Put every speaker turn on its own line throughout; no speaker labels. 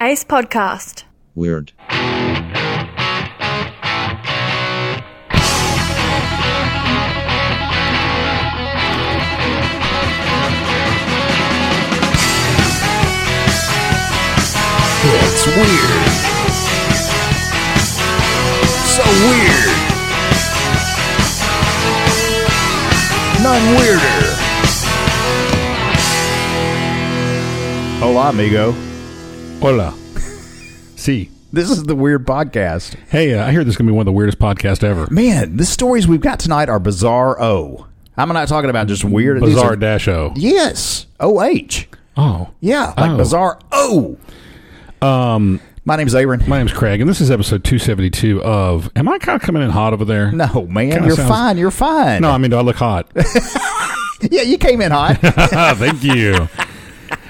Ace Podcast.
Weird.
It's weird. So weird. None weirder.
Hola, amigo.
Hola. See,
This is the Weird Podcast.
hey, uh, I hear this is going to be one of the weirdest podcasts ever.
Man, the stories we've got tonight are bizarre O. I'm not talking about just weird. These
Bizarre
are-
Dash O.
Yes. OH.
Oh.
Yeah, like
Oh.
bizarre O.
Um,
My name's Aaron.
my name's Craig, and this is episode 272 of. Am I kind of coming in hot over there?
no, man,
Kinda
you're
sounds-
fine. You're fine.
No, I mean, do I look hot?
Yeah, you came in hot.
Ah, Thank you.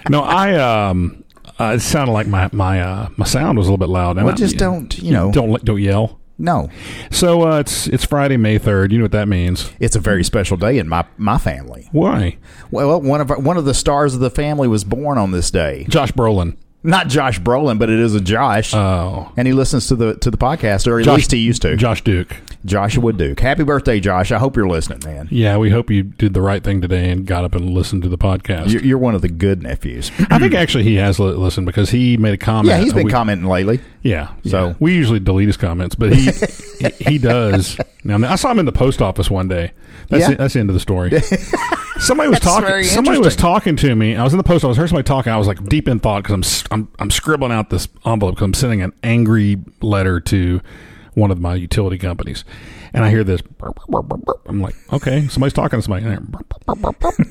No, I. um. Uh, it sounded like my my uh, my sound was a little bit loud. and
well,
I-
just don't, you know.
don't let- don't yell.
No.
So uh, it's it's Friday, May third. You know what that means?
It's a very special day in my, my family.
Why?
Well, one of our, one of the stars of the family was born on this day.
Josh Brolin.
Not Josh Brolin, but it is a Josh,
Oh,
and he listens to the to the podcast, or at
Josh-
least he used to.
Josh Duke.
Joshua Duke. Happy birthday, Josh. I hope you're listening, man.
Yeah, we hope you did the right thing today and got up and listened to the podcast.
You're, you're one of the good nephews.
I think actually he has li- listened because he made a comment.
yeah, he's
a
been
week-
commenting lately.
Yeah,
So-
so we usually delete his comments, but he he, he does. Now I saw him in the post office one day. That's
Yeah.
the, that's the end of the story. Somebody was
very
talking. Somebody was
interesting.
talking to me. I was in the post office. Heard somebody talking. I was like deep in thought because I'm, s- I'm I'm scribbling out this envelope because I'm sending an angry letter to one of my utility companies, and I hear this. I'm like, okay, somebody's talking to somebody. And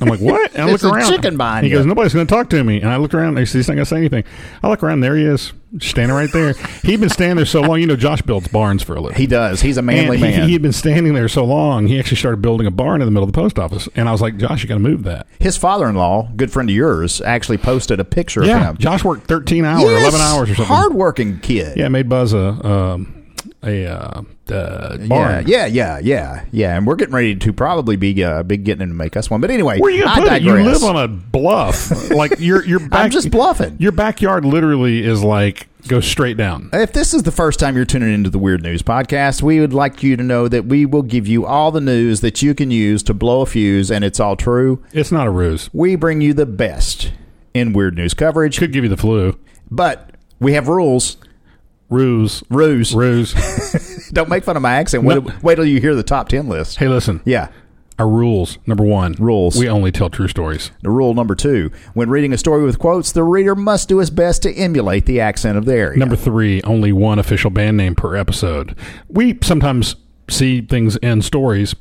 I'm like, what? And I
There's
look
a
around.
chicken behind
he
you.
goes, nobody's going to talk to me. And I looked around. He's he's not going to say anything. I look around. There he is, standing right there. He'd been standing there so long. You know, Josh builds barns for a living.
He does. He's a manly
And he-
man.
He, had been standing there so long, he actually started building a barn in the middle of the post office. And I was like, Josh, you got to move that.
His father-in-law, good friend of yours, actually posted a picture
yeah.
of him.
Josh worked 13 hours,
Yes!
11 hours or something.
Hardworking kid.
Yeah, made Buzz a, um, a uh, uh, barn.
Yeah, yeah, yeah, yeah, yeah. And we're getting ready to probably be uh, be getting him to make us one. But anyway,
Where are you gonna
I
put it?
digress.
You live on a bluff. like your your back,
I'm just bluffing.
Your backyard literally is like go straight down.
If this is the first time you're tuning into the Weird News Podcast, we would like you to know that we will give you all the news that you can use to blow a fuse, and it's all true.
It's not a ruse.
We bring you the best in weird news coverage,
Could give you the flu.
but we have rules.
Ruse.
Ruse.
Ruse.
Don't make fun of my accent. Wait,
No.
wait till you hear the top 10 list.
hey, listen.
Yeah.
Our rules. Number one.
Rules.
We only tell true stories.
The rule number two when reading a story with quotes, the reader must do his best to emulate the accent of the area.
Number three, only one official band name per episode. We sometimes see things in stories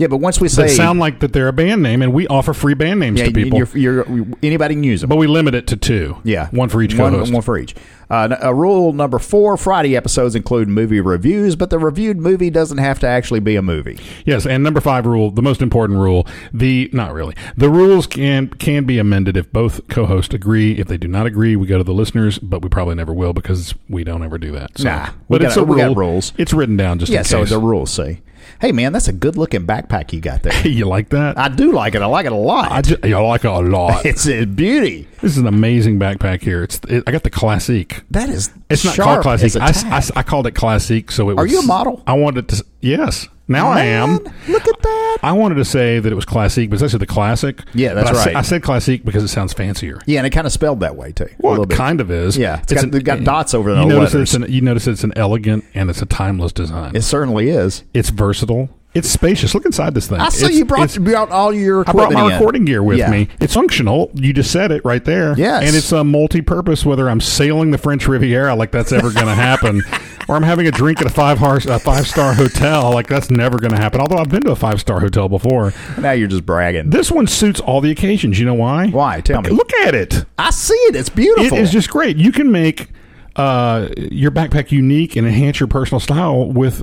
yeah, but once we
that
say
sound like that they're a band name, and we offer free band names
yeah,
to people,
You're, you're, anybody can use them.
but we limit it to two.
Yeah,
one for each
One,
co-host.
one for each. Uh, n- uh, rule number four: Friday episodes include movie reviews, but the reviewed movie doesn't have to actually be a movie.
Yes, and number five rule, the most important rule, the not really. The rules can can be amended if both co-hosts agree. If they do not agree, we go to the listeners, but we probably never will because we don't ever do that. So.
Nah, we
but it's
got-
a
we
rule.
got rules.
It's written down just
Yeah,
in
so
case.
the rules say, "Hey, man, that's a good-looking backpack you got there."
you like that?
I do like it. I like it a lot.
I, just, I like it a lot.
it's a beauty.
this is an amazing backpack here. It's it, I got the classique.
That is.
It's not
sharp
called
as
classique.
a
I,
tack.
I- I called it classique. So it
Are
was,
you a model?
I wanted to. Yes, now I am.
Man, Look at that.
I wanted to say that it was classique, but it's actually the classic.
Yeah, that's
But I sa-
right.
I said classique because it sounds fancier.
Yeah, and it kind of spelled that way too. a
Well,
little
it
bit.
kind of is. eh,
Yeah, it's got- they've got dots over the
you notice
letters.
It's an, you notice it's an elegant and it's a timeless design.
It
It's,
certainly is.
versatile. It's spacious. Look inside this thing.
I saw
It's-
you brought
it's-
you brought all your.
I brought
equipment
my
in.
recording gear with
Yeah.
me. It's functional. You just said it right there.
Yes.
And it's a multi-purpose. Whether I'm sailing the French Riviera, like that's ever going to happen, or I'm having a drink at a five har- a five star hotel, like that's never going to happen. Although I've been to a five star hotel before.
Now you're just bragging.
This one suits all the occasions. You know why?
Why? Tell me.
Look at it.
I see it. It's beautiful.
It is just great. You can make uh, your backpack unique and enhance your personal style with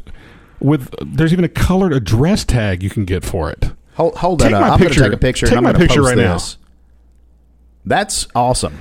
with. There's even a colored address tag you can get for it.
Hold, hold that
Take
up.
my
I'm going to
picture.
take a picture.
Take
and I'm
my
gonna
picture
post
right now.
this. That's awesome.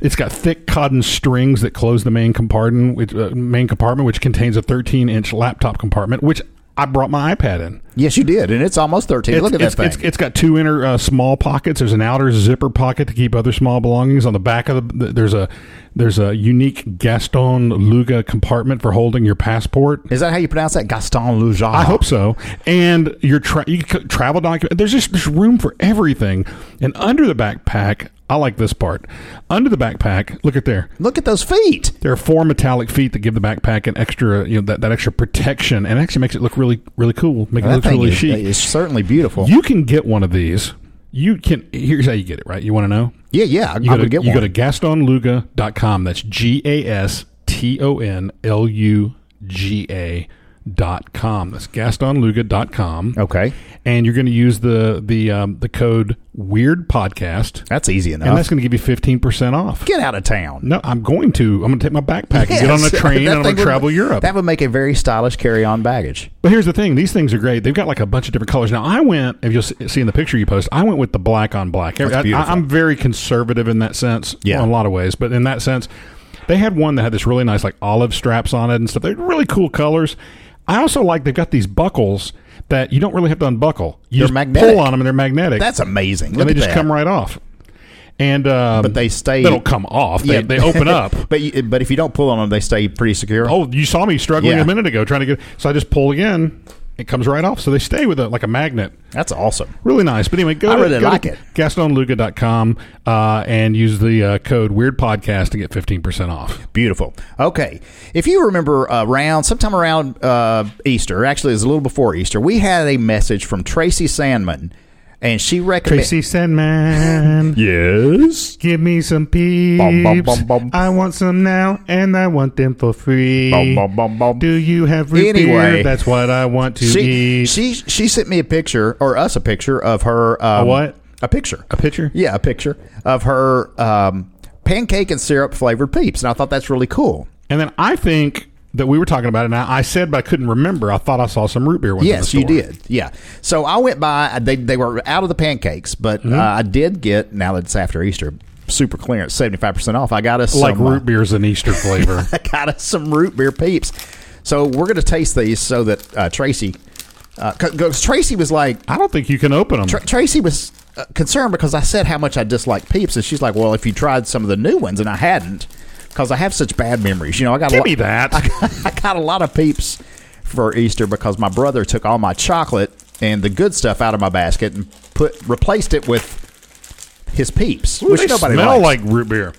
It's got thick cotton strings that close the main compartment, which, uh, main compartment, which contains a 13-inch laptop compartment, which I brought my iPad in.
Yes, you did, and it's almost thirteen.
It's,
Look at
it's,
that thing.
it's- it's got two inner uh, small pockets. There's an outer zipper pocket to keep other small belongings. On the back of the there's a there's a unique Gaston Luga compartment for holding your passport.
Is that how you pronounce that? Gaston Lujan.
I hope so. And your tra- you could travel document. There's just there's room for everything. And under the backpack, I like this part. Under the backpack, look at there.
Look at those feet.
There are four metallic feet that give the backpack an extra, you know, that, that extra protection, and actually makes it look really, really cool. Make it
Ah, That
look
thing
really
is,
chic.
is certainly beautiful.
You can get one of these. You can. Here's how you get it. Right? You want to know?
yeah, yeah. I,
You
I
go to
would get
you
one.
go to gastonluga.com. That's G A S T O N L U G A dot com. That's gastonluga.com.
okay,
And you're going to use the the um, the code weird podcast,
that's easy
and that's
enough.
going to give you fifteen percent off.
Get out of town.
No, I'm going to. I'm going to take my backpack and get on a
Yes.
train,
That
and
thing
I'm going to
would-
travel Europe.
That would make a very stylish carry-on baggage.
But here's the thing: these things are great. They've got like a bunch of different colors. Now, I went. If you'll s- see in the picture you post, I went with the black on black. I,
beautiful.
am very conservative in that sense,
Yeah.
in a lot of ways. But in that sense, they had one that had this really nice like olive straps on it and stuff. They're really cool colors. I also like they've got these buckles that you don't really have to unbuckle. You
They're
just
magnetic.
pull on them and they're magnetic.
That's amazing. Look
and they
at
just
that.
come right off. And um,
But they stay-
They don't come off. They,
Yeah.
they open up.
but you, but if you don't pull on them, they stay pretty secure.
Oh, you saw me struggling
Yeah.
a minute ago trying to get. So I just pull again. It comes right off. So they stay with it like a magnet.
that's awesome.
Really nice. But anyway, go
I
to,
really
go
like
to
it.
GastonLuca.com uh, and use the uh, code WeirdPodcast to get 15% off.
Beautiful. Okay. If you remember uh, around, sometime around uh, Easter, actually, it was a little before Easter, we had a message from Tracy Sandman, and she recommended.
Sandman,
Yes.
give me some
Bum, bum, bum, bum.
I want some now and I want them for free.
Bum, bum, bum, bum. Do
you have
root beer? Anyway. That's
what I want to
She, she she sent me a picture, or us a picture of her. Um,
A what?
A picture.
a pitcher?
Yeah, a picture of her um, pancake and syrup flavored peeps, and I thought that's really cool.
And then I think that we were talking about it, and I, I said, but I couldn't remember. I thought I saw some root beer ones. in the
Yes, you
store.
did. Yeah. So I went by. uh, They, they were out of the pancakes, but
Mm-hmm.
uh, I did get. Now that it's after Easter, super clearance, seventy five percent off. I got us
Like
some, uh,
root beer's an Easter flavor.
I got us some root beer peeps. So we're gonna taste these so that uh, Tracy, because Tracy was like,
I don't think you can open them.
Tr- Tracy was uh, concerned because I said how much I dislike Peeps, and she's like, "Well, if you tried some of the new ones," and I hadn't, because I have such bad memories. You know, I got a
Give
lot,
me that.
I got, I got a lot of Peeps for Easter because my brother took all my chocolate and the good stuff out of my basket and put replaced it with his Peeps,
Ooh,
which
they
nobody
smell
likes.
like root beer.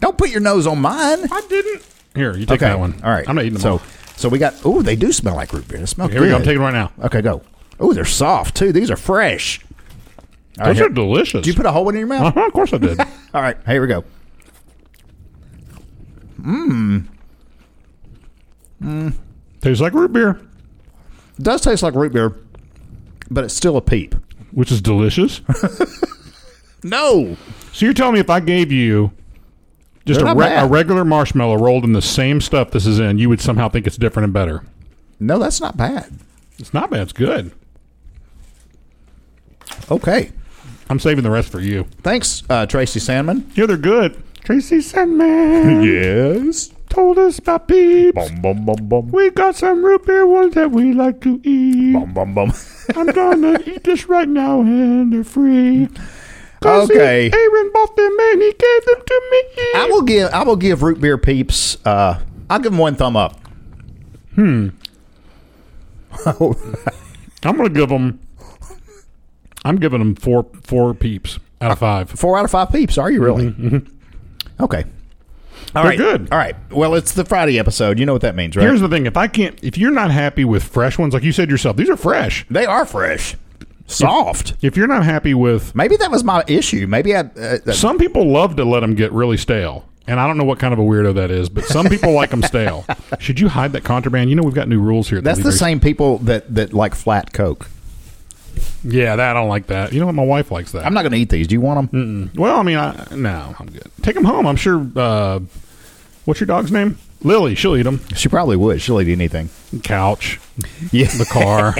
Don't put your nose on mine.
I didn't. Here, you take that one.
All right.
I'm not eating them
so,
all.
So we got. Oh, they do smell like root beer. It smells
Here we go. I'm
good.
taking it right now.
Okay, go. Oh, they're soft too. These are fresh. All
Those
here.
are delicious.
Did you put a hole in your mouth?
uh-huh, of course I did.
All right, here we go. Mmm.
Tastes like root beer,
It does taste like root beer, but it's still a peep.
which is delicious.
No.
so you're telling me if I gave you just
They're
a,
not
re-
bad.
a regular marshmallow rolled in the same stuff this is in, you would somehow think it's different and better.
No, that's not bad.
It's not bad. It's good.
Okay.
I'm saving the rest for you.
Thanks, uh, Tracy Sandman.
Yeah, they're good. Tracy Sandman
Yes.
told us about peeps.
Bum bum bum
We got some root beer ones that we like to eat.
bum bum.
I'm gonna eat this right now, and they're free.
'Cause Okay. he-
Aaron bought them and he gave them to me.
I will give I will give root beer peeps uh I'll give them one thumb up.
I'm gonna give them. I'm giving them four four peeps out of five.
Four out of five peeps, are you really?
Mm-hmm,
Okay. All right.
good.
All right. Well, it's the Friday episode. You know what that means, right?
Here's the thing: if I can't, if you're not happy with fresh ones, like you said yourself, these are fresh.
they are fresh. Soft.
If you're not happy with,
Maybe that was my issue. Maybe I uh, uh,
some people love to let them get really stale. And I don't know what kind of a weirdo that is, but some people like them stale. Should you hide that contraband? You know we've got new rules here. at
that's the
Leaders.
same people that that like flat coke.
Yeah, that I don't like that. You know what? My wife likes that.
I'm not going to eat these. Do you want them?
Well, I mean, I, no, I'm good. Take them home. I'm sure. Uh, what's your dog's name? Lily. She'll eat them.
She probably would. She'll eat anything.
Couch,
Yeah.
the car.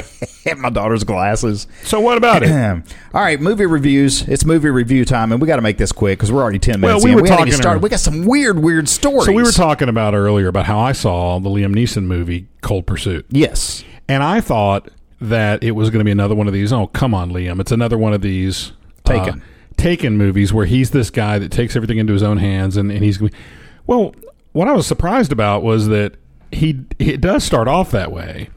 My daughter's glasses.
so what about it?
All right, movie reviews. It's movie review time, and we got to make this quick because we're already ten
Well,
minutes
we
in.
were
we haven't even
talking
started.
earlier.
We got some weird, weird stories.
So we were talking about earlier about how I saw the Liam Neeson movie Cold Pursuit,
Yes,
And I thought that it was going to be another one of these. Oh, come on, Liam. It's another one of these uh,
Taken.
Taken movies where he's this guy that takes everything into his own hands and, and he's going to be. Well, what I was surprised about was that he it does start off that way,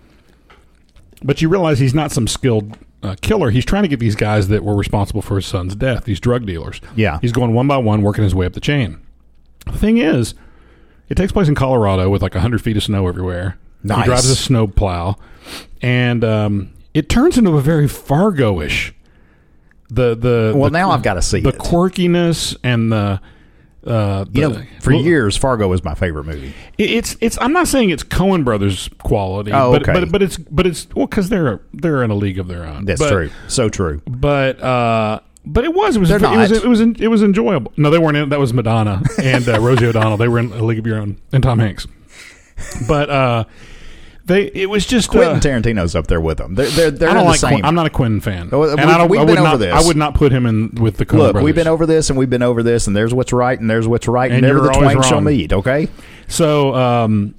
but you realize he's not some skilled uh, killer. He's trying to get these guys that were responsible for his son's death, these drug dealers.
Yeah.
He's going one by one, working his way up the chain. The thing is, it takes place in Colorado with like 100 feet of snow everywhere.
Nice.
He drives a snow plow, and um, it turns into a very Fargo-ish. The the
Well,
the-
now I've gotta see
the
it.
quirkiness and the. Uh, the
You know, for
well,
years, Fargo was my favorite movie.
it- it's it's. I'm not saying it's Cohen Brothers quality,
Oh,
but,
okay.
but but it's but it's well because they're they're in a league of their own.
That's
But-
true. So true.
but uh but it was it was
They're
it was
not.
it was, it was enjoyable. No, they weren't in. That was Madonna and uh, Rosie O'Donnell. They were in A League of Your Own and Tom Hanks. But uh they it was just
Quentin
uh,
Tarantino's up there with them. They're they're, they're
I don't
in the
like.
same.
Quentin- I'm not a Quentin fan,
Well,
and
we-
I don't.
we've
I would
been over
not.
this.
I would not put him in with the Coen
Look,
brothers.
we've been over this and we've been over this, and there's what's right and there's what's right, and,
And
never
you're
the
always
twain shall
wrong.
meet. Okay,
so um,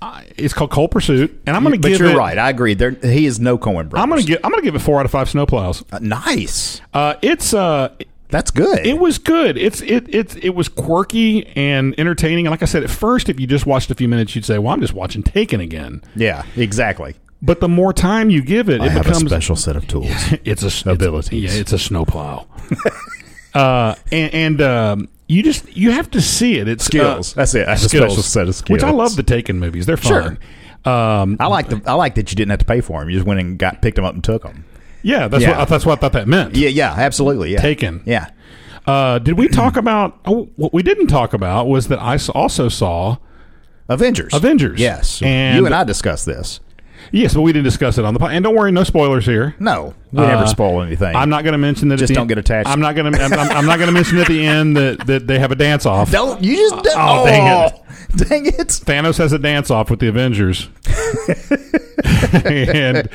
I, it's called Cold Pursuit, and I'm going to
but
give
you're
it.
right. I agree. There, he is no Cohen brother.
I'm going to give. I'm going to give it four out of five snowplows.
nice.
Uh, it's uh,
That's good.
It was good. It's it it it was quirky and entertaining. And like I said, at first, if you just watched a few minutes, you'd say, "Well, I'm just watching Taken again."
yeah, exactly.
But the more time you give it, it becomes
set of tools.
it's a it's-
abilities.
yeah, it's a snowplow. uh, and and um, you just you have to see it. It's
Skills.
uh,
That's it. That's a special set of
Which I
skills.
love the Taken movies. They're
Sure.
fun. Um,
I like the I like that you didn't have to pay for them. You just went and got picked them up and took them.
yeah, that's
Yeah.
what that's what I thought that meant.
Yeah, yeah, absolutely. Yeah,
Taken.
Yeah,
Uh, did we talk about? Oh, what we didn't talk about was that I s- also saw.
Avengers.
Avengers.
Yes,
And-
you and I discussed this.
Yes, but we didn't discuss it on the pod. And don't worry, no spoilers here.
No, we never
Uh,
spoil anything.
I'm not going to mention that. at
Just
the
don't
end-
get attached.
I'm not going to. I'm, I'm- I'm not going to mention at the end that, that they have a dance off.
Don't you just?
Oh, dang it.
Dang it!
Thanos has a dance off with the Avengers, and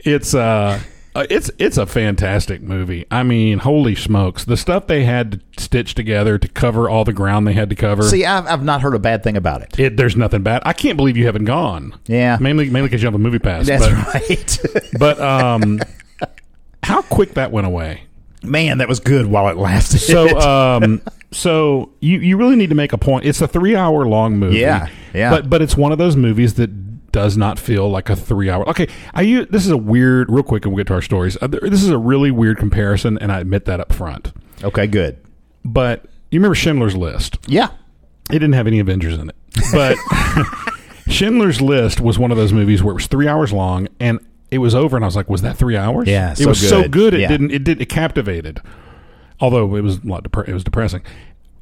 it's uh, uh, it's it's a fantastic movie. I mean, holy smokes, the stuff they had to stitch together to cover all the ground they had to cover.
See, I've, I've not heard a bad thing about it.
it, there's nothing bad. I can't believe you haven't gone.
Yeah.
mainly mainly because you have a movie pass.
That's
but,
right.
but um, how quick that went away.
Man, that was good while it lasted.
So, um, so you you really need to make a point. It's a three hour long movie.
Yeah, yeah.
But but it's one of those movies that does not feel like a three hour. Okay, I u- this is a weird. Real quick, and we'll get to our stories. Uh, th- This is a really weird comparison, and I admit that up front.
okay, good.
But you remember Schindler's List?
Yeah.
It didn't have any Avengers in it, but Schindler's List was one of those movies where it was three hours long and. It was over, and I was like, "Was that three hours?
Yeah,
it
so
was so
good.
good. It
Yeah.
didn't. It did. It captivated although it was a lot depre- it was depressing.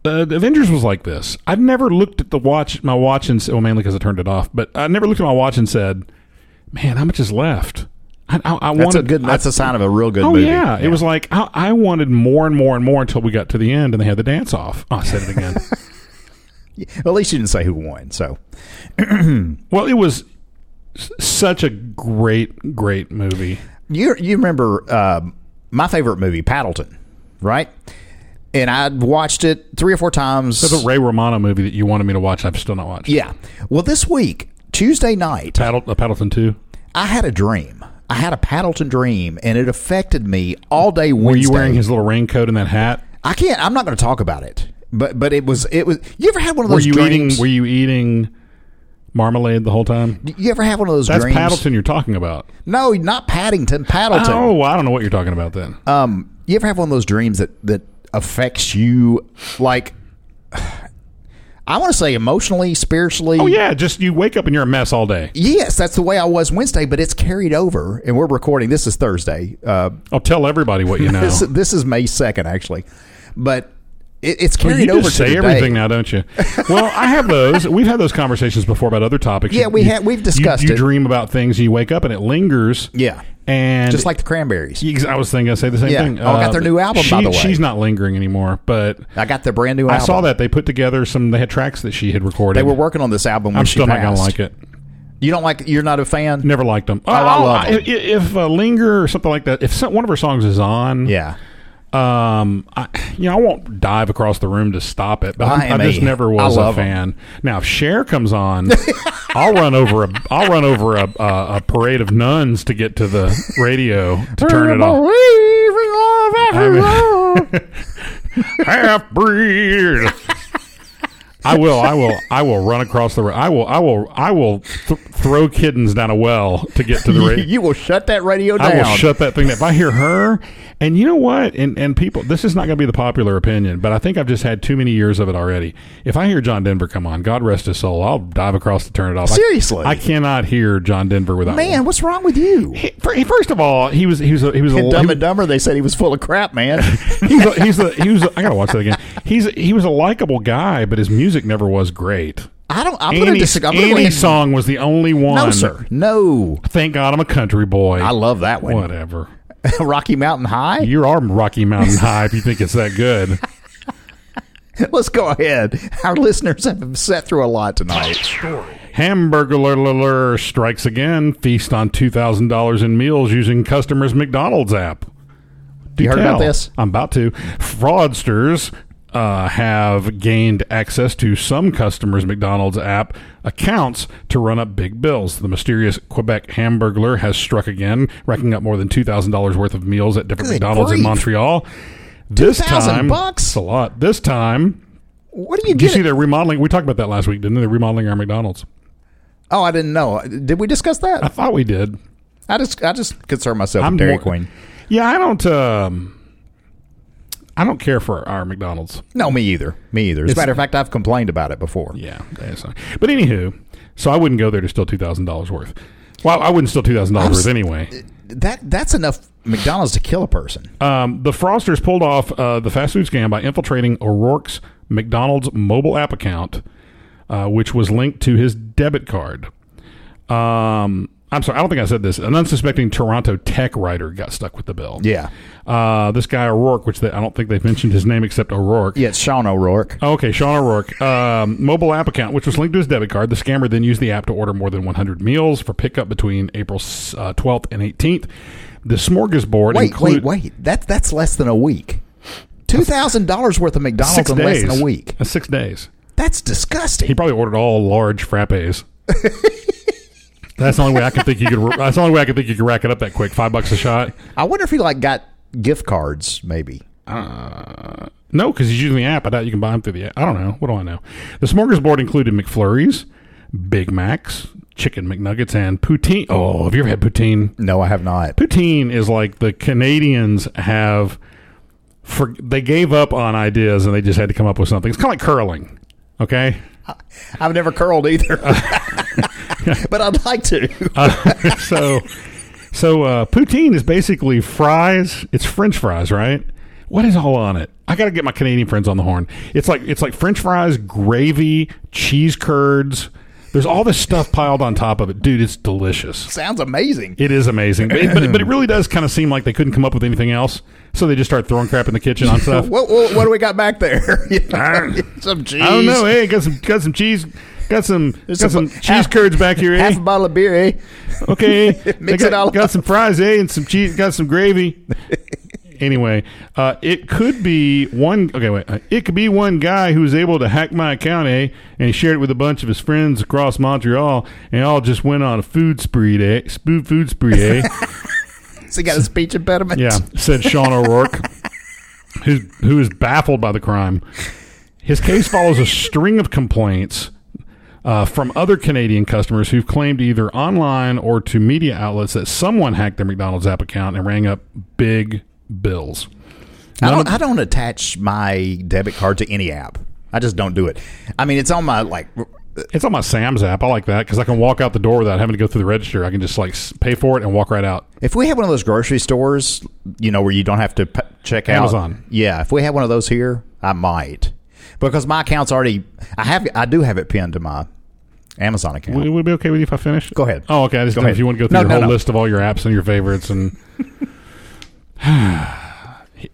Uh, the Avengers was like this. I've never looked at the watch, my watch, and s- well, mainly because I turned it off. But I never looked at my watch and said, "Man, how much is left?" I, I, I
That's
wanted
a good. That's a sign of a real good
oh
movie.
yeah, it was like I, I wanted more and more and more until we got to the end and they had the dance off. Oh, I said it again.
At least you didn't say who won. So
well, it was s- such a great, great movie.
you you remember um, my favorite movie, Paddleton, right? And I watched it three or four times.
The Ray Romano movie that you wanted me to watch, I've still not watched.
yeah. Well, this week, Tuesday night,
Paddle, uh, Paddleton Two.
I had a dream. I had a Paddleton dream, and it affected me all day Wednesday.
Were you wearing his little raincoat and that hat?
I can't. I'm not going to talk about it. But but it was it was. You ever had one of
Were
those
you
dreams?
eating? Were you eating marmalade the whole time?
you ever have one of those
That's
dreams?
Paddleton you're talking about.
No, not Paddington. Paddleton.
Oh, I don't know what you're talking about then.
Um, you ever have one of those dreams that that affects you, like I want to say emotionally, spiritually.
oh yeah, just you wake up and you're a mess all day.
Yes, that's the way I was Wednesday, but it's carried over, and we're recording. This is Thursday. Uh,
I'll tell everybody what you know.
this, this is May second, actually, but it, it's
Well,
carried
you
over
just
to
say
today.
everything now, don't you? Well, I have those. We've had those conversations before about other topics.
Yeah,
You-
we
you-
had- we've
you-
discussed
You,
it.
dream about things, and you wake up, and it lingers.
Yeah,
and
just like the cranberries.
Ex- I was thinking, I say the same
Yeah.
thing. Uh,
Oh, I got their new album,
she-
by the way.
She's not lingering anymore, but
I got the brand new.
I
album.
saw that they put together some. They had tracks that she had recorded.
they were working on this album. When
I'm
she
still not
passed.
gonna like it.
You don't like? You're not a fan?
Never liked Oh, them.
I love 'em.
If, if uh, Linger or something like that, if some, one of her songs is on,
Yeah.
Um, I, you know, I won't dive across the room to stop it, but
I
I,
am
I just
a-
never
I
was a
love 'em.
fan. Now, if Cher comes on, I'll run over a I'll run over a, a, a parade of nuns to get to the radio to turn it off. I mean, half breed. I will, I will, I will run across the. road. I will, I will, I will th- throw kittens down a well to get to the
You,
radio.
you will shut that radio down.
I will shut that thing down. If I hear her, and you know what, and and people, this is not going to be the popular opinion, but I think I've just had too many years of it already. If I hear John Denver come on, God rest his soul, I'll dive across to turn it off. I-
Seriously?
I, cannot hear John Denver without
Man, what's wrong with you?
He- First of all, he was he was a, he was a
In
he-
Dumb and Dumber, they said he was full of crap, man.
he's a, he's a, he was a, I gotta watch that again. He's a, he was a likable guy, but his music never was great.
I don't. I'm going to
Any,
disagree. I'm gonna
any
lean-
song was the only one.
No, sir. No.
Thank God I'm a country boy.
I love that one.
whatever.
Rocky Mountain High.
You are Rocky Mountain High if you think it's that good.
Let's go ahead. Our listeners have sat through a lot tonight.
Hamburglar strikes again. Feast on two thousand dollars in meals using customers' McDonald's app. Do
You heard about
tell.
this?
I'm about to. Fraudsters uh, have gained access to some customers' McDonald's app accounts to run up big bills. The mysterious Quebec Hamburglar has struck again, racking up more than two thousand dollars worth of meals at different
Good
McDonald's in
grief.
Montreal. This
2,000
time,
bucks?
It's a lot. This time,
What do you
did you
get?
see they're remodeling? We talked about that last week, didn't they? They're remodeling our McDonald's.
oh, I didn't know. Did we discuss
I
that?
thought we did.
I just, I just concern myself
I'm
with Dairy
more-
Queen.
Yeah, I don't. Um, I don't care for our McDonald's.
No, me either. Me either. As a
It's-
matter of fact, I've complained about it before.
Yeah, that's not- but anywho, so I wouldn't go there to steal two thousand dollars worth. Well, I wouldn't steal two thousand dollars worth anyway.
That, that's enough McDonald's to kill a person.
Um, the fraudsters pulled off uh, the fast food scam by infiltrating O'Rourke's McDonald's mobile app account, uh, which was linked to his debit card. Um, I'm sorry, I don't think I said this. An unsuspecting Toronto tech writer got stuck with the bill.
Yeah.
Uh, this guy O'Rourke, which they, I don't think they've mentioned his name except O'Rourke.
Yeah, it's Sean O'Rourke.
Okay, Sean O'Rourke, um, mobile app account, which was linked to his debit card. The scammer then used the app to order more than 100 meals for pickup between April uh, 12th and 18th. The smorgasbord
Wait,
include-
wait, wait. That, that's less than a week. $2,000 worth of McDonald's
Six
in
days.
less than a week.
That's six days.
That's disgusting.
He probably ordered all large frappes. that's the only way I can think you could. That's the only way I can think you could rack it up that quick. Five bucks a shot.
I wonder if he like got gift cards, maybe.
No, because he's using the app. I doubt you can buy them through the app. I don't know. What do I know? The smorgasbord included McFlurries, Big Macs, Chicken McNuggets, and poutine. Oh, have you ever had poutine?
No, I have not.
Poutine is like the Canadians have. For they gave up on ideas and they just had to come up with something. It's kind of like curling. Okay,
I've never curled either, but I'd like to.
Uh, so so uh, poutine is basically fries. It's French fries, right? What is all on it? I got to get my Canadian friends on the horn. It's like it's like French fries, gravy, cheese curds. There's all this stuff piled on top of it, dude. It's delicious.
Sounds amazing.
It is amazing, but it, but, it- but it really does kind of seem like they couldn't come up with anything else, so they just start throwing crap in the kitchen on stuff.
What, what, what do we got back there? You know,
Darn.
some cheese.
I don't know. eh? Hey, got some got some cheese, got some
There's
got
some-
some, cheese curds back here. eh?
Half a bottle of beer, eh?
Okay, They
Mix
got,
it all
Got
up.
some fries, eh, and some cheese. Got some gravy. anyway, uh, it could be one. Okay, wait. Uh, It could be one guy who was able to hack my account, eh, and shared it with a bunch of his friends across Montreal, and all just went on a food spree, eh? Spoo food spree, eh?
So he got a speech impediment.
yeah, said Sean O'Rourke, who who is baffled by the crime. His case follows a string of complaints uh, from other Canadian customers who've claimed either online or to media outlets that someone hacked their McDonald's app account and rang up big bills.
I
None
don't,
of-
I don't attach my debit card to any app. I just don't do it. I mean, it's on my like.
It's on my Sam's app. I like that because I can walk out the door without having to go through the register. I can just like s- pay for it and walk right out.
If we had one of those grocery stores, you know, where you don't have to p- check out.
Amazon.
Yeah, if we had one of those here, I might, because my account's already. I have. I do have it pinned to my Amazon account.
Would, would it be okay with you if I finish?
Go ahead.
Oh, okay. I
Go
just didn't know
ahead.
if you want to go through
No,
your
no,
whole
no.
list of all your apps and your favorites and.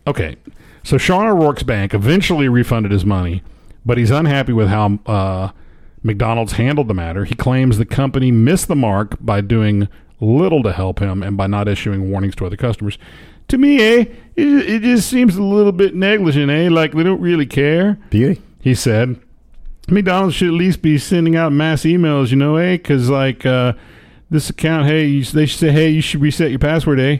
okay, so Sean O'Rourke's bank eventually refunded his money, but he's unhappy with how uh, McDonald's handled the matter. He claims the company missed the mark by doing little to help him and by not issuing warnings to other customers. To me, eh? It, it just seems a little bit negligent, eh? Like they don't really care.
Beauty.
He said, McDonald's should at least be sending out mass emails, you know, eh? Because, like, uh, this account, hey, you, they should say, hey, you should reset your password, eh?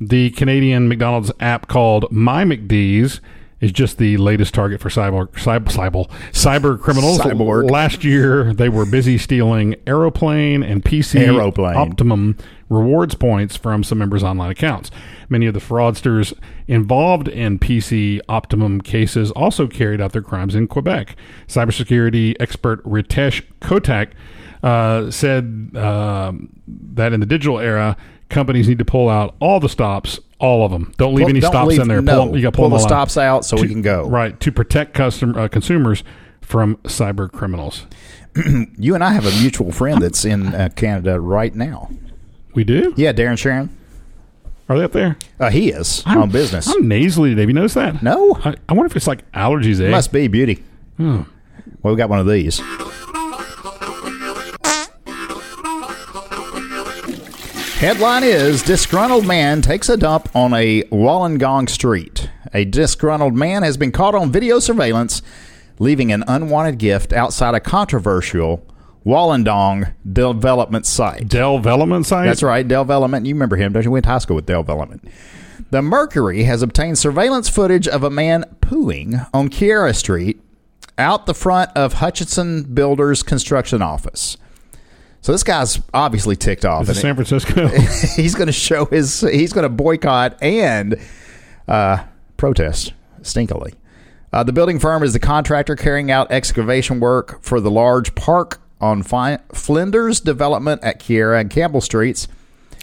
The Canadian McDonald's app called MyMcD's is just the latest target for cyber, cyber, cyber, cyber criminals.
Cyborg.
Last year, they were busy stealing aeroplane and PC
Aeroplane.
Optimum rewards points from some members' online accounts. Many of the fraudsters involved in PC Optimum cases also carried out their crimes in Quebec. Cybersecurity expert Ritesh Kotak uh, said um that in the digital era, companies need to pull out all the stops, all of them. Don't leave
Well,
any
don't
stops
leave-
in there.
no.
pull, 'em- you got to
Pull
pull,
the
them all out.
stops out so we can go.
Right to protect custom uh, consumers from cyber criminals.
You and I have a mutual friend that's in uh, Canada right now.
We do.
Yeah, Darren Sharon.
Are they up there?
Uh, he is on business.
I'm nasally today. Have you noticed that?
no,
I, I wonder if it's like allergies, eh?
must be beauty. Well, we got one of these. Headline is Disgruntled Man Takes a Dump on a Wollongong Street. A disgruntled man has been caught on video surveillance leaving an unwanted gift outside a controversial Wollongong development site.
Dell Velleman site?
That's right, Dell Velleman. You remember him, don't you? We went to high school with Dell Velleman. The Mercury has obtained surveillance footage of a man pooing on Kiara Street out the front of Hutchinson Builders Construction Office. So this guy's obviously ticked off,
Is it
and
San Francisco?
he's going to show his. He's going to boycott and uh, protest stinkily. Uh, the building firm is the contractor carrying out excavation work for the large park on Fi- Flinders Development at Kiera and Campbell Streets.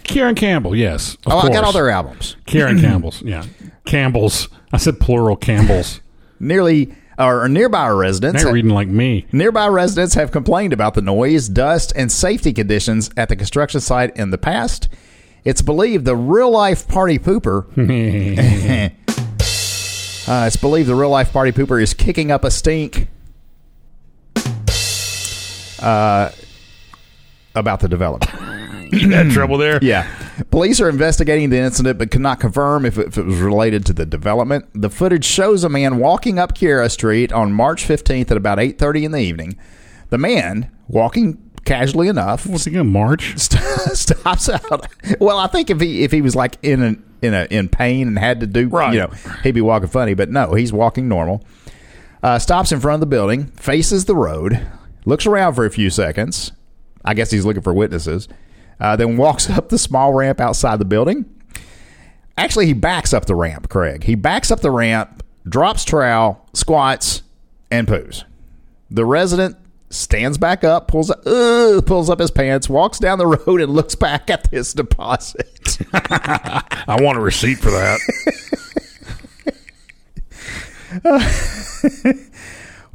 Karen Campbell, yes. of
Oh, I got
course.
all their albums.
Karen Campbell's, yeah. Campbell's. I said plural Campbell's.
Nearly or nearby residents.
now you're reading like me.
Nearby residents have complained about the noise, dust, and safety conditions at the construction site in the past. It's believed the real life party pooper. Uh, it's believed the real life party pooper is kicking up a stink uh, about the development.
Had trouble there?
Yeah. Police are investigating the incident but cannot confirm if it, if it was related to the development. The footage shows a man walking up Kiera Street on March 15th at about 8:30 in the evening. The man, walking casually enough,
What's he going to march?
st- stops out. Well, I think if he if he was like in an in a in pain and had to do
Right.
you know, he'd be walking funny, but no, he's walking normal. Uh, stops in front of the building, faces the road, looks around for a few seconds. I guess he's looking for witnesses. Uh, then walks up the small ramp outside the building. Actually, he backs up the ramp, Craig. He backs up the ramp, drops trowel, squats, and poos. The resident stands back up, pulls up, uh, pulls up his pants, walks down the road, and looks back at his deposit.
I want a receipt for that.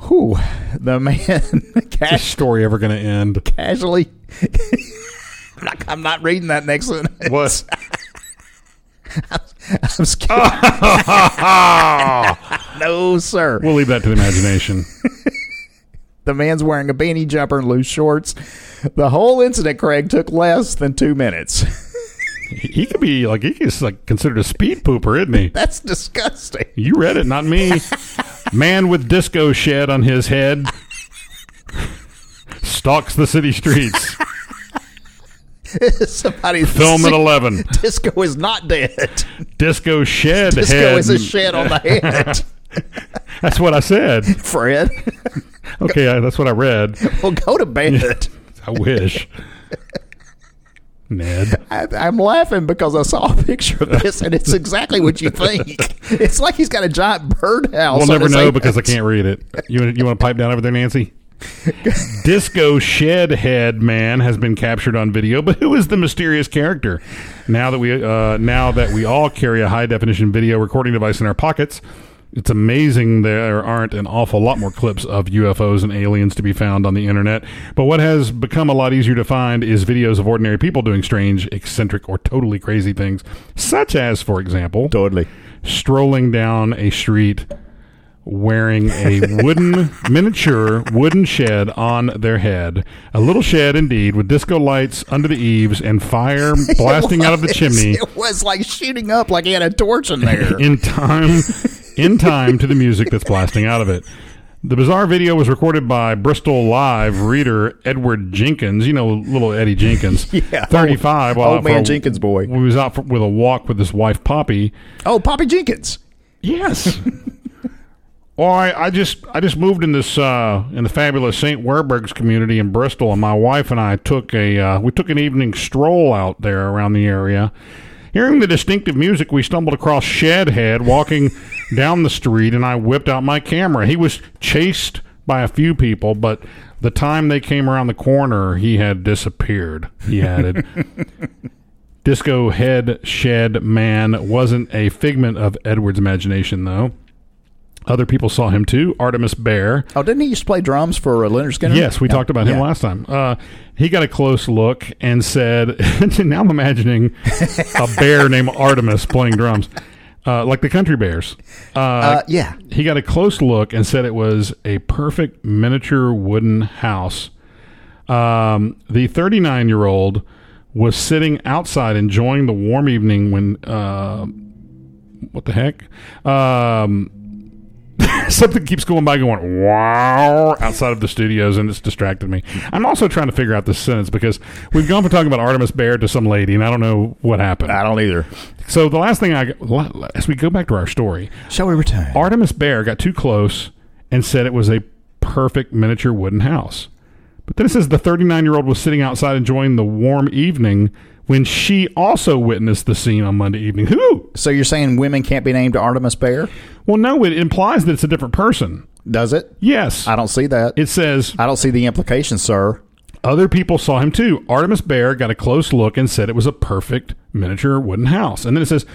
Whew. The man
Is this
cash,
story ever going to end?
casually. I'm, not, I'm not reading that next one.
What?
I'm scared. no, sir.
We'll leave that to the imagination.
The man's wearing a beanie jumper and loose shorts. The whole incident, Craig, took less than two minutes.
he he could be like, he's like considered a speed pooper, isn't he?
That's disgusting.
You read it, not me. Man with disco shed on his head stalks the city streets.
Somebody
Film at 11.
Disco is not dead.
Disco shed
Disco
head.
is a shed on the head,
That's what I said.
Fred.
Okay, I, that's what I read.
Well, go to bed.
I wish. Ned.
I, I'm laughing because I saw a picture of this, and it's exactly what you think. It's like he's got a giant birdhouse.
We'll
on
never
his
know
head.
because I can't read it. You, you want to pipe down over there, Nancy? Disco Shed Head Man has been captured on video, but who is the mysterious character? Now that we uh, now that we all carry a high definition video recording device in our pockets, it's amazing there aren't an awful lot more clips of UFOs and aliens to be found on the internet. But what has become a lot easier to find is videos of ordinary people doing strange, eccentric, or totally crazy things, such as, for example,
Totally.
strolling down a street wearing a wooden miniature wooden shed on their head. A little shed indeed, with disco lights under the eaves and fire blasting out of the chimney
It was like shooting up like he had a torch in there.
in time in time to the music that's blasting out of it. The bizarre video was recorded by Bristol Live reader Edward Jenkins, you know, little Eddie Jenkins,
Yeah.
35. while
Old
out for
man
a-
Jenkins boy.
He was out for, with a walk with his wife, Poppy.
oh, Poppy Jenkins.
Yes. Well, I, I just I just moved in this uh, in the fabulous St. Werburgh's community in Bristol, and my wife and I took a uh, we took an evening stroll out there around the area. Hearing the distinctive music, we stumbled across Shedhead walking down the street, and I whipped out my camera. He was chased by a few people, but the time they came around the corner, he had disappeared. He added. Disco Head Shed Man wasn't a figment of Edward's imagination, though. Other people saw him too. Artemis Bear.
Oh, didn't he used to play drums for uh, Leonard Skinner?
Yes, we
Yeah.
talked about him
Yeah.
last time. Uh, he got a close look and said, "Now I'm imagining a bear named Artemis playing drums, uh, like the country bears."
Uh, yeah.
He got a close look and said it was a perfect miniature wooden house. Um, the 39 year old was sitting outside enjoying the warm evening when, uh, what the heck? Um, something keeps going by going wow outside of the studios and it's distracted me. I'm also trying to figure out this sentence because we've gone from talking about Artemis Bear to some lady and I don't know what happened.
I don't either.
So the last thing I, as we go back to our story,
Shall we return?
Artemis Bear got too close and said it was a perfect miniature wooden house. But then it says the 39 year old was sitting outside enjoying the warm evening when she also witnessed the scene on Monday evening. Who?
so you're saying women can't be named Artemis Bear?
Well, no, it implies that it's a different person.
Does it?
Yes.
I don't see that.
It says
I don't see the implication, sir.
other people saw him too. Artemis Bear got a close look and said it was a perfect miniature wooden house. And then it says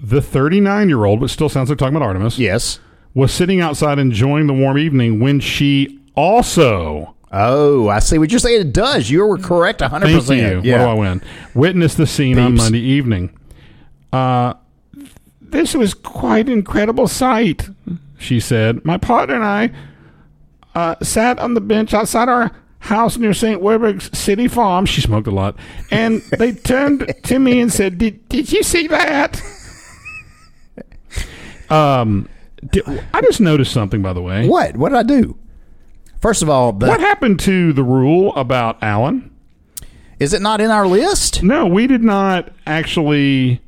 the 39 year old, which still sounds like talking about Artemis,
Yes.
was sitting outside enjoying the warm evening when she also
Oh, I see what you're saying. It does. You were correct 100%.
Thank you.
Yeah.
What do I win? Witness the scene on
Peeps.
Monday evening. Uh, this was quite an incredible sight, she said. My partner and I uh, sat on the bench outside our house near St. Werburgh's City Farm. She smoked a lot. And they turned to me and said, Did, did you see that? Um, di- I just noticed something, by the way.
What? What did I do? First of all, the,
What happened to the rule about Alan?
is it not in our list?
No, we did not actually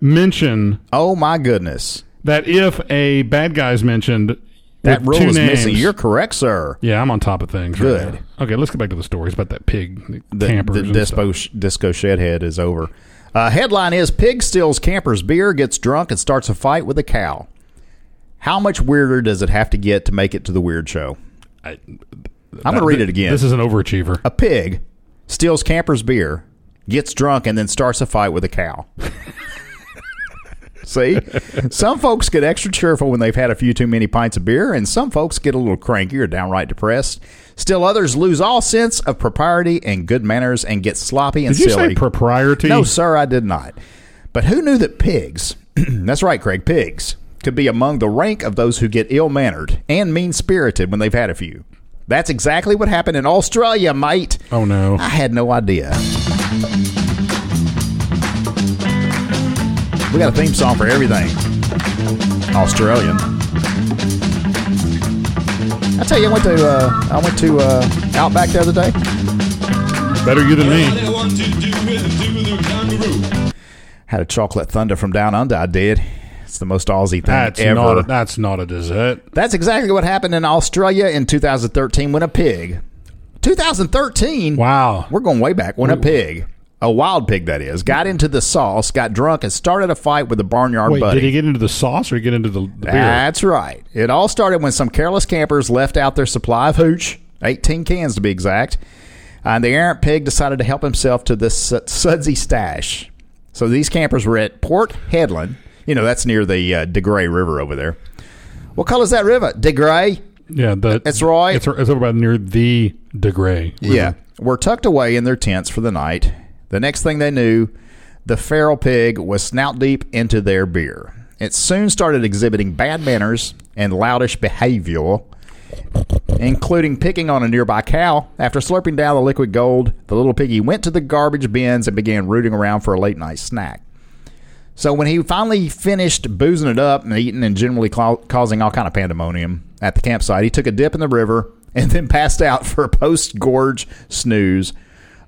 mention
Oh my goodness,
that if a bad guy's mentioned
that
with
rule
two
is
names,
missing. You're correct, sir.
yeah, I'm on top of things. right
Good.
now. okay, let's get back to the stories about that pig the,
The,
campers.
the
and
dispo,
stuff.
disco shedhead is over. Uh, headline is: Pig steals camper's beer, gets drunk, and starts a fight with a cow. How much weirder does it have to get to make it to the weird show?
I-
I'm going to read it again.
This is an overachiever.
a pig steals camper's beer, gets drunk, and then starts a fight with a cow. See, some folks get extra cheerful when they've had a few too many pints of beer, and some folks get a little cranky or downright depressed. Still, others lose all sense of propriety and good manners and get sloppy and
Did you
silly.
say propriety?
No, sir, I did not. But who knew that pigs, that's right, Craig, pigs, could be among the rank of those who get ill mannered and mean spirited when they've had a few? That's exactly what happened in Australia, mate.
Oh no.
I had no idea. We got a theme song for everything. Australian. I tell you, I went to uh, I went to uh, Outback the other day.
Better you than
All
me.
they want to do is do the kangaroo.
Had a chocolate thunder from down under. I did. It's the most Aussie thing
That's
ever.
not. A, that's not a dessert.
That's exactly what happened in Australia in 2013 when a pig. 2013.
Wow.
We're going way back when a pig, a wild pig that is, got into the sauce, got drunk, and started a fight with a barnyard
Wait,
buddy.
did he get into the sauce or get into the, the beer?
That's right. It all started when some careless campers left out their supply of hooch, 18 cans to be exact, and the errant pig decided to help himself to this su- sudsy stash. So these campers were at Port Headland. You know, that's near the uh, De Grey River over there. What color is that river? De Grey?
Yeah, the,
That's right.
It's, it's over by near the De Grey. River.
Yeah. Were tucked away in their tents for the night. The next thing they knew, the feral pig was snout deep into their beer. It soon started exhibiting bad manners, and loudish behavior, including picking on a nearby cow. After slurping down the liquid gold, the little piggy went to the garbage bins and began rooting around for a late night snack. So when he finally finished boozing it up and eating and generally cla- causing all kind of pandemonium at the campsite, he took a dip in the river and then passed out for a post-gorge snooze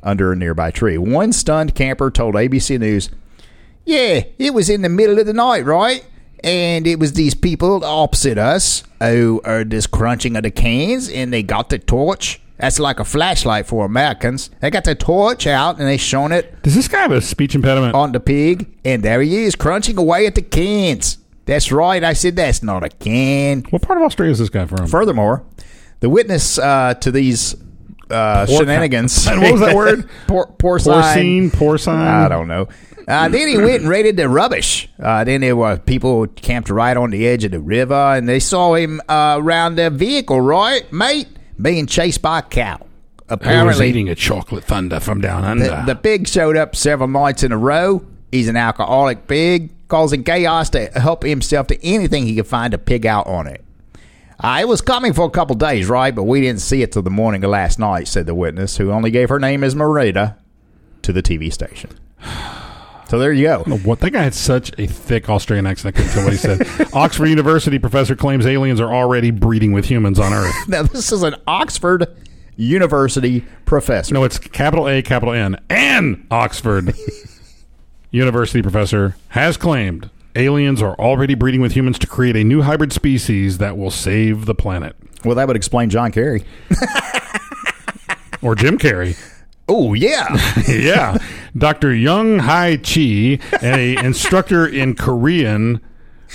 under a nearby tree. One stunned camper told ABC News, "Yeah, it was in the middle of the night, right? And it was these people opposite us who heard this crunching of the cans, and they got the torch." That's like a flashlight for Americans. They got the torch out and they shone it
Does this guy have a speech impediment?
on the pig, and there he is crunching away at the cans. That's right, I said that's not a can.
what part of Australia is this guy from?
Furthermore, the witness uh, to these uh, shenanigans.
And what was that word?
Por- porcine.
porcine, porcine.
I don't know. Uh, then he went and raided the rubbish. Uh, then there were people who camped right on the edge of the river, and they saw him uh, around their vehicle, right, mate, being chased by a cow.
Who was
Apparently,
eating a chocolate thunder from down under?
the, the pig showed up several nights in a row. He's an alcoholic pig, causing chaos to help himself to anything he could find to pig out on it. Uh, it was coming for a couple days, right? But we didn't see it till the morning of last night, said the witness, who only gave her name as Marita to the TV station. So there you go.
What that guy had such a thick Australian accent. I couldn't tell what he said. Oxford University professor claims aliens are already breeding with humans on Earth.
Now, this is an Oxford University professor.
No, it's capital A, capital N, and Oxford University professor has claimed aliens are already breeding with humans to create a new hybrid species that will save the planet.
Well, that would explain John Kerry.
Or Jim Carrey.
Oh, yeah.
yeah. Dr. Young Hai Chi, a instructor in Korean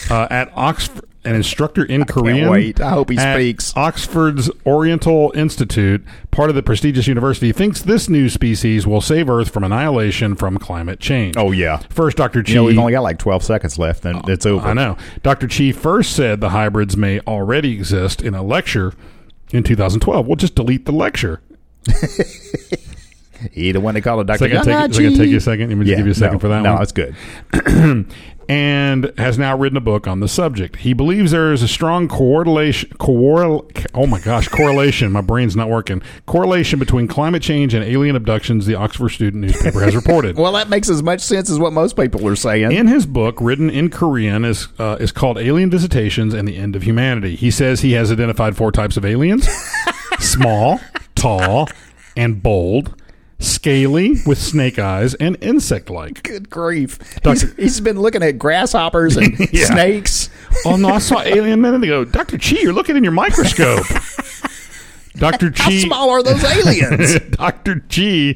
uh, at Oxford. An instructor in Korean.
wait. I hope he
at
speaks.
Oxford's Oriental Institute, part of the prestigious university, thinks this new species will save Earth from annihilation from climate change.
Oh, yeah.
First, Dr. Chi.
You know, we've only got like 12 seconds left, and it's over.
Oh, I know. Dr. Chi first said the hybrids may already exist in a lecture in 2012. We'll just delete the lecture.
Either one they call it
Is that
Dr.
going to take, you a second? Let me just give you a second
no,
for that
no,
one.
it's good.
and has now written a book on the subject. He believes there is a strong correlation. Correl, oh my gosh, correlation. my brain's not working. Correlation between climate change and alien abductions. The Oxford Student newspaper has reported.
Well, that makes as much sense as what most people are saying.
in his book, written in Korean, is uh, is called "Alien Visitations and the End of Humanity." He says he has identified four types of aliens: small, tall, and bold, scaly with snake eyes, and insect-like.
good grief.
Doctor-
He's- he's been looking at grasshoppers and
Yeah.
snakes.
Oh no, I saw alien a minute ago. Doctor Chi, you're looking in your microscope. Doctor
How
Chi,
small are those aliens?
Doctor Chi,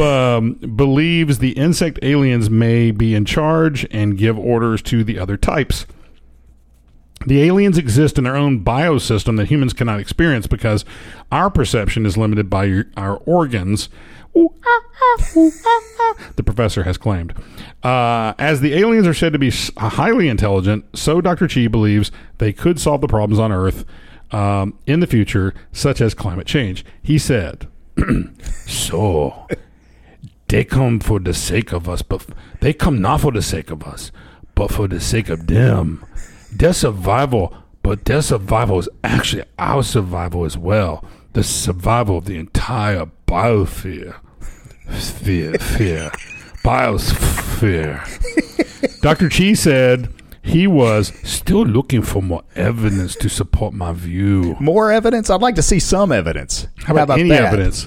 um, believes the insect aliens may be in charge and give orders to the other types. The aliens exist in their own biosystem that humans cannot experience because our perception is limited by your, our organs. Ooh, ah, ah, ooh, ah, ah, the professor has claimed. Uh, as the aliens are said to be s- uh, highly intelligent, so Dr. Chi believes they could solve the problems on Earth um, in the future, such as climate change. He said, So they come for the sake of us, but f- they come not for the sake of us, but for the sake of them. Their survival, but their survival is actually our survival as well. The survival of the entire biosphere. Sphere, sphere. Biosphere. Dr. Chi said he was still looking for more evidence to support my view.
More evidence? I'd like to see some evidence.
How about, any
that?
evidence?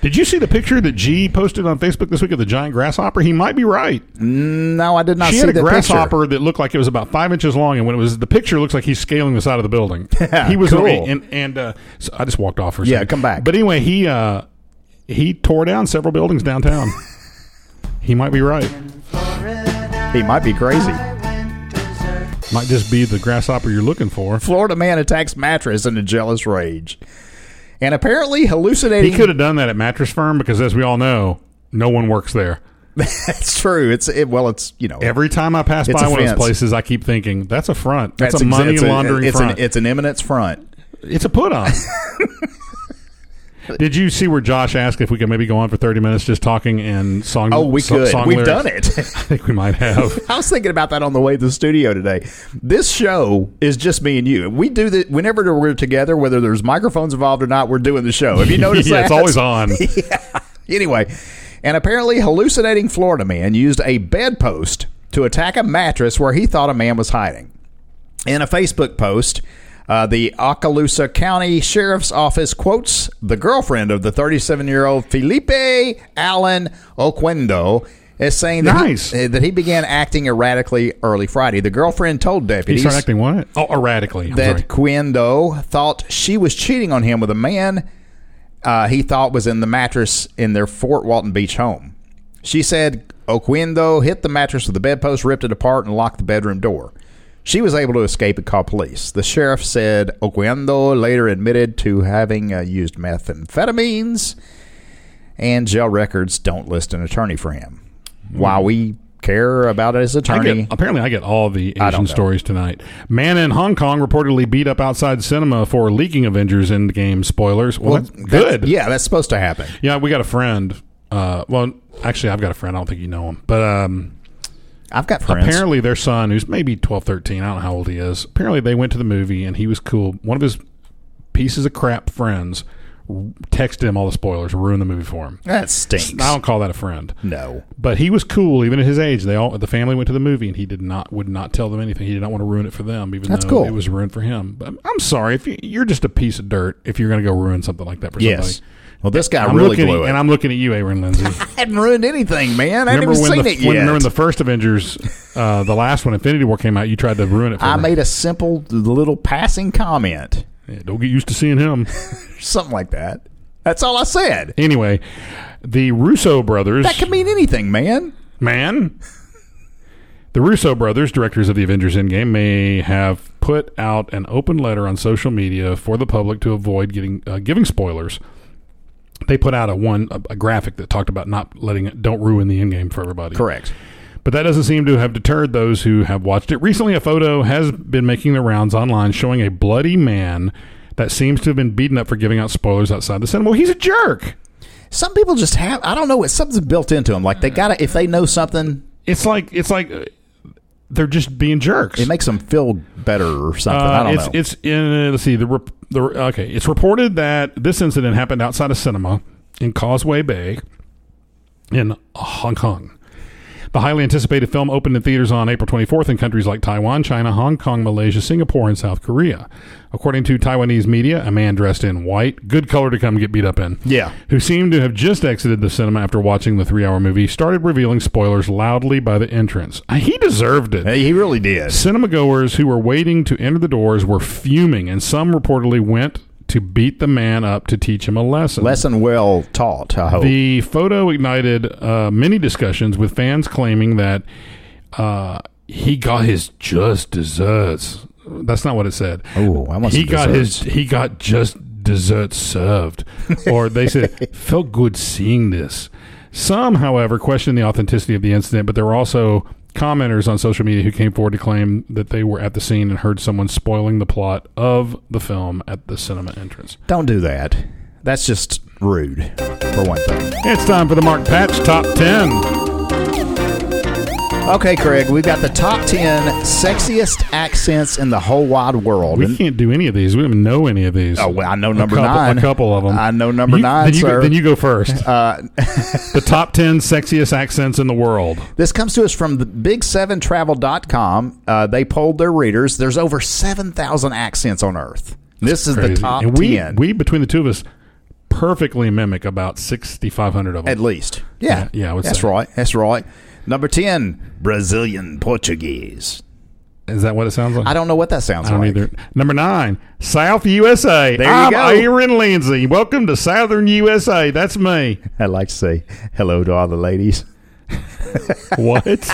Did you see the picture that G posted on Facebook this week of the giant grasshopper? He might be right.
No, I did not
she
see
had a
the
grasshopper that looked like it was about five inches long, and when it was the picture looks like he's scaling the side of the building. he was
cool.
and and uh, so I just walked off for a
Yeah,
second.
come back.
But anyway, he uh, he tore down several buildings downtown. he might be right.
Picture. He might be crazy.
Might just be the grasshopper you're looking for.
Florida man attacks mattress in a jealous rage. And apparently
He
hallucinating.
could have done that at Mattress Firm because, as we all know, no one works there.
That's true. It's it, well. It's you know.
Every time I pass
It's
by
a
one of those
fence.
places, I keep thinking that's a front. That's,
ex-
a money
it's
laundering
it's
front.
An, it's an eminence front.
It's a put on. Did you see where Josh asked if we could maybe go on for thirty minutes just talking and song?
Oh, we
so-
could.
song
We've
lyrics?
done it.
I think we might have.
I was thinking about that on the way to the studio today. This show is just me and you. We do that whenever we're together, whether there's microphones involved or not. We're doing the show. Have you noticed
yeah,
that?
it's always on.
Anyway, an apparently hallucinating Florida man used a bedpost to attack a mattress where he thought a man was hiding. In a Facebook post, uh, the Okaloosa County Sheriff's Office quotes the girlfriend of the 37 year old Felipe Allen Oquendo as saying that,
Nice.
he, uh, that he began acting erratically early Friday. The girlfriend told
He
deputies
started acting what? Oh, erratically. I'm sorry.
that Quendo thought she was cheating on him with a man uh, he thought was in the mattress in their Fort Walton Beach home. She said Oquendo hit the mattress with a bedpost, ripped it apart, and locked the bedroom door. She was able to escape and call police. The sheriff said Oquendo later admitted to having uh, used methamphetamines, and jail records don't list an attorney for him. While we care about his
Hmm. I
attorney,
get, apparently, I get all the
I don't
Asian
know.
stories tonight. Man in Hong Kong reportedly beat up outside cinema for leaking Avengers Endgame spoilers. Well, that's
that-
good.
yeah, that's supposed to happen.
Yeah, we got a friend. Uh, well, actually, I've got a friend. I don't think you know him, but um,
I've got friends.
apparently, their son, who's maybe 12, 13, I don't know how old he is. Apparently, they went to the movie and he was cool. One of his pieces of crap friends texted him all the spoilers, ruined the movie for him.
that stinks.
I don't call that a friend.
No.
But he was cool even at his age. They all the family went to the movie and he did not would not tell them anything. He did not want to ruin it for them, even
That's
though
cool.
it was ruined for him. But I'm, I'm sorry if you, you're just a piece of dirt if you're going to go ruin something like that for
Yes.
somebody.
Well, this guy
I'm
really
looking
blew
at,
it.
and I'm looking at you, Aaron Lindsay.
I hadn't ruined anything, man. I hadn't
remember
even
when
seen
the,
it
when
yet.
remember when the first Avengers, uh, the last one, Infinity War came out, you tried to ruin it. for
I
me.
made a simple little passing comment,
Yeah, don't get used to seeing him.
something like that. That's all I said.
anyway, the Russo brothers.
That could mean anything, man.
Man. The Russo brothers, directors of the Avengers Endgame, may have put out an open letter on social media for the public to avoid getting uh, giving spoilers. They put out a one a, a graphic that talked about not letting it don't ruin the endgame for everybody.
Correct.
But that doesn't seem to have deterred those who have watched it. Recently, a photo has been making the rounds online showing a bloody man that seems to have been beaten up for giving out spoilers outside the cinema. Well, he's a jerk.
Some people just have. I don't know. It's something's built into them. Like they gotta. If they know something,
It's like it's like uh, they're just being jerks.
it makes them feel better or something. I don't
it's,
know.
It's in, uh, let's see the rep, the okay. It's reported that this incident happened outside a cinema in Causeway Bay in Hong Kong. The highly anticipated film opened in theaters on April 24th in countries like Taiwan, China, Hong Kong, Malaysia, Singapore, and South Korea. According to Taiwanese media, a man dressed in white, good color to come get beat up in,
yeah.
who seemed to have just exited the cinema after watching the three hour movie, started revealing spoilers loudly by the entrance. Uh, He deserved it.
Hey, He really did.
Cinema goers who were waiting to enter the doors were fuming, and some reportedly went to beat the man up to teach him a lesson.
Lesson well taught. I hope.
The photo ignited uh, many discussions with fans claiming that uh, he got his just desserts. That's not what it said.
Oh, I want
he
some
got his
desserts.
he got just desserts served, or they said felt good seeing this. Some, however, questioned the authenticity of the incident, but there were also commenters on social media who came forward to claim that they were at the scene and heard someone spoiling the plot of the film at the cinema entrance.
don't do that. That's just rude. For one thing.
It's time for the Mark Patch Top Ten.
Okay, Craig, we've got the top 10 sexiest accents in the whole wide world.
We
And-
can't do any of these. We don't know any of these.
oh, well, I know
A
number
couple-
nine.
A couple of them.
I know number
You-
nine,
Then you,
sir.
Go, then you go first.
uh,
the top ten sexiest accents in the world.
this comes to us from the big7travel.com. Uh, they polled their readers. There's over 7,000 accents on Earth. This is the
Crazy.
top
and we,
10,
We between the two of us perfectly mimic about sixty five hundred of them.
at least. Yeah.
Yeah, yeah, I would
That's
say.
right. That's right. Number 10, Brazilian Portuguese.
Is that what it sounds like?
I don't know what that sounds
I don't
like.
either. Number nine, South USA.
There you
I'm
go.
Aaron Lindsay. Welcome to Southern USA. That's me.
I'd like to say hello to all the ladies.
What?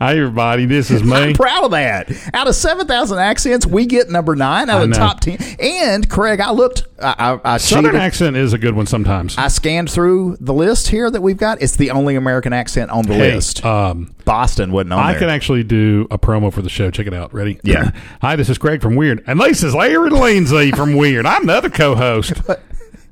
Hi, everybody. This is me.
I'm proud of that. Out of 7,000 accents, we get number nine out
I
of the
know.
top 10. And, Craig, I looked, I, I, I
Southern
cheated.
accent is a good one sometimes.
I scanned through the list here that we've got. It's the only American accent on the
Hey,
list.
um,
Boston wasn't on
I
there.
can actually do a promo for the show. Check it out. Ready?
Yeah.
Hi, this is Craig from Weird, and this is Aaron Lindsay from Weird. I'm the other co-host.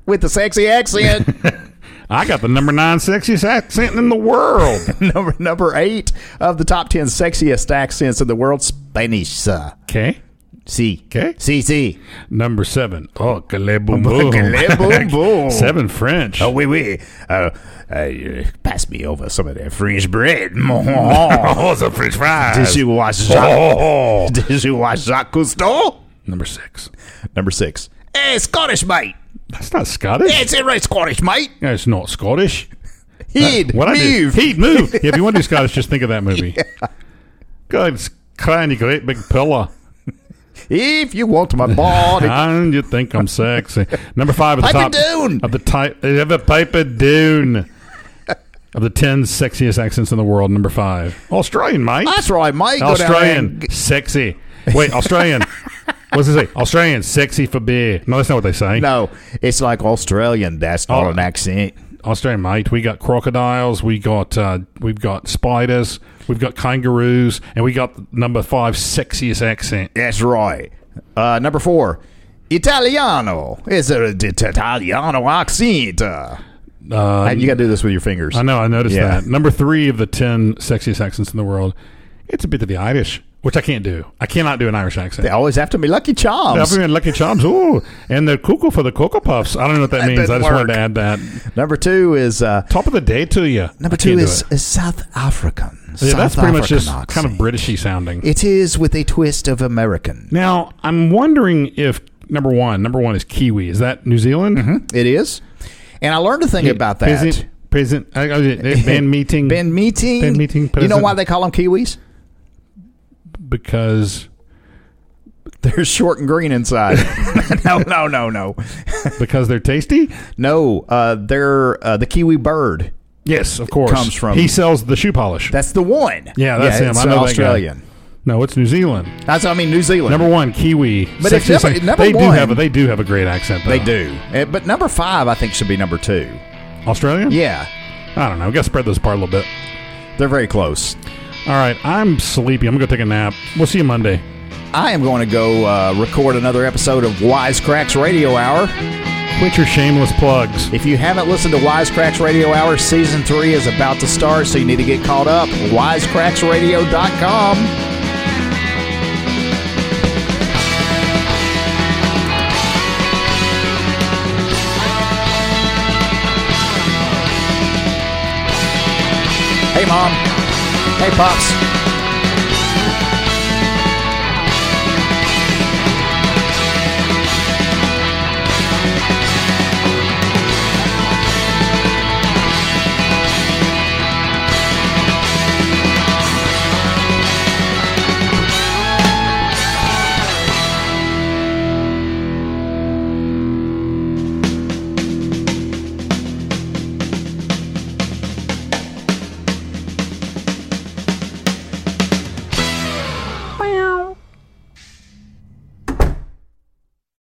with the sexy accent.
I got the number nine sexiest accent in the world.
number number eight of the top ten sexiest accents in the world, Spanish. sir.
Okay.
Si.
Okay.
Si, si.
Number seven. Oh, que boom boom.
que boom boom.
Seven French.
Oh, oui, oui. Uh, uh, pass me over some of that French bread. Oh, Did
the French fries.
you watch Jacques,
Oh.
did you watch Jacques Cousteau?
Number six.
Number six. Hey, Scottish, mate.
That's not Scottish.
It's a right Scottish, mate.
That's not Scottish.
He'd
What I do?
move.
He'd move. if you want to do Scottish, just think of that movie. God's crying, you great big pillow.
If you want my body.
And you think I'm sexy. Number five at the
Piper
top
Doon.
of the type of a Piper Dune of the ten sexiest accents in the world. Number five, Australian, mate.
That's right, mate. Go down there
Australian,
and-
sexy. Wait, Australian. What's it say? Australian, sexy for beer. No, that's not what they say.
No, it's like Australian. That's not
Oh.
an accent.
Australian, mate. We got crocodiles. We got uh, we've got spiders. We've got kangaroos, and we got number five sexiest accent.
That's right. Uh, number four, Italiano. It's a d- Italiano accent. Uh,
Uh,
you got to do this with your fingers.
I know. I noticed
Yeah.
that. Number three of the ten sexiest accents in the world. It's a bit of the Irish, which I can't do. I cannot do an Irish accent.
They always after me, Lucky Charms.
Everyone Lucky Charms, ooh, and the cuckoo for the cocoa puffs. I don't know what that,
That
means. I
didn't
just
work.
wanted to add that.
Number two is uh,
Top of the day to you.
number
I can't
two
do
is,
it.
is South African.
yeah,
South
that's pretty much
African
just kind of
accent.
Britishy sounding.
It is with a twist of American.
Now I'm wondering if number one, number one is Kiwi. Is that New Zealand?
It is, and I learned a thing Mm-hmm. about that.
Peasant, peasant. I, I, I- band meeting.
Ben meeting.
Ben meeting
You know
president.
why they call them Kiwis?
because
They're short and green inside. no, no, no, no,
because they're tasty.
no. Uh, they're uh, the kiwi bird.
Yes, of course.
comes from-
he sells the shoe polish.
That's the one.
Yeah, that's him.
it's
I know that guy.
Australian.
no, it's New Zealand.
That's I mean New Zealand.
Number one, Kiwi.
But it's
Sexiest-
number- number
they do
one-
have a they do have a great accent. Though.
they do, Eh, but number five I think should be number two.
Australia.
Yeah,
I don't know. We got to spread this apart a little bit.
they're very close.
All right, I'm sleepy. I'm gonna go take a nap. We'll see you Monday.
I am going to go uh, record another episode of Wisecracks Radio Hour.
Quit your shameless plugs.
If you haven't listened to Wisecracks Radio Hour, season three is about to start, so you need to get caught up. Wisecracksradio.com. Hey, Mom. Hey, Pops.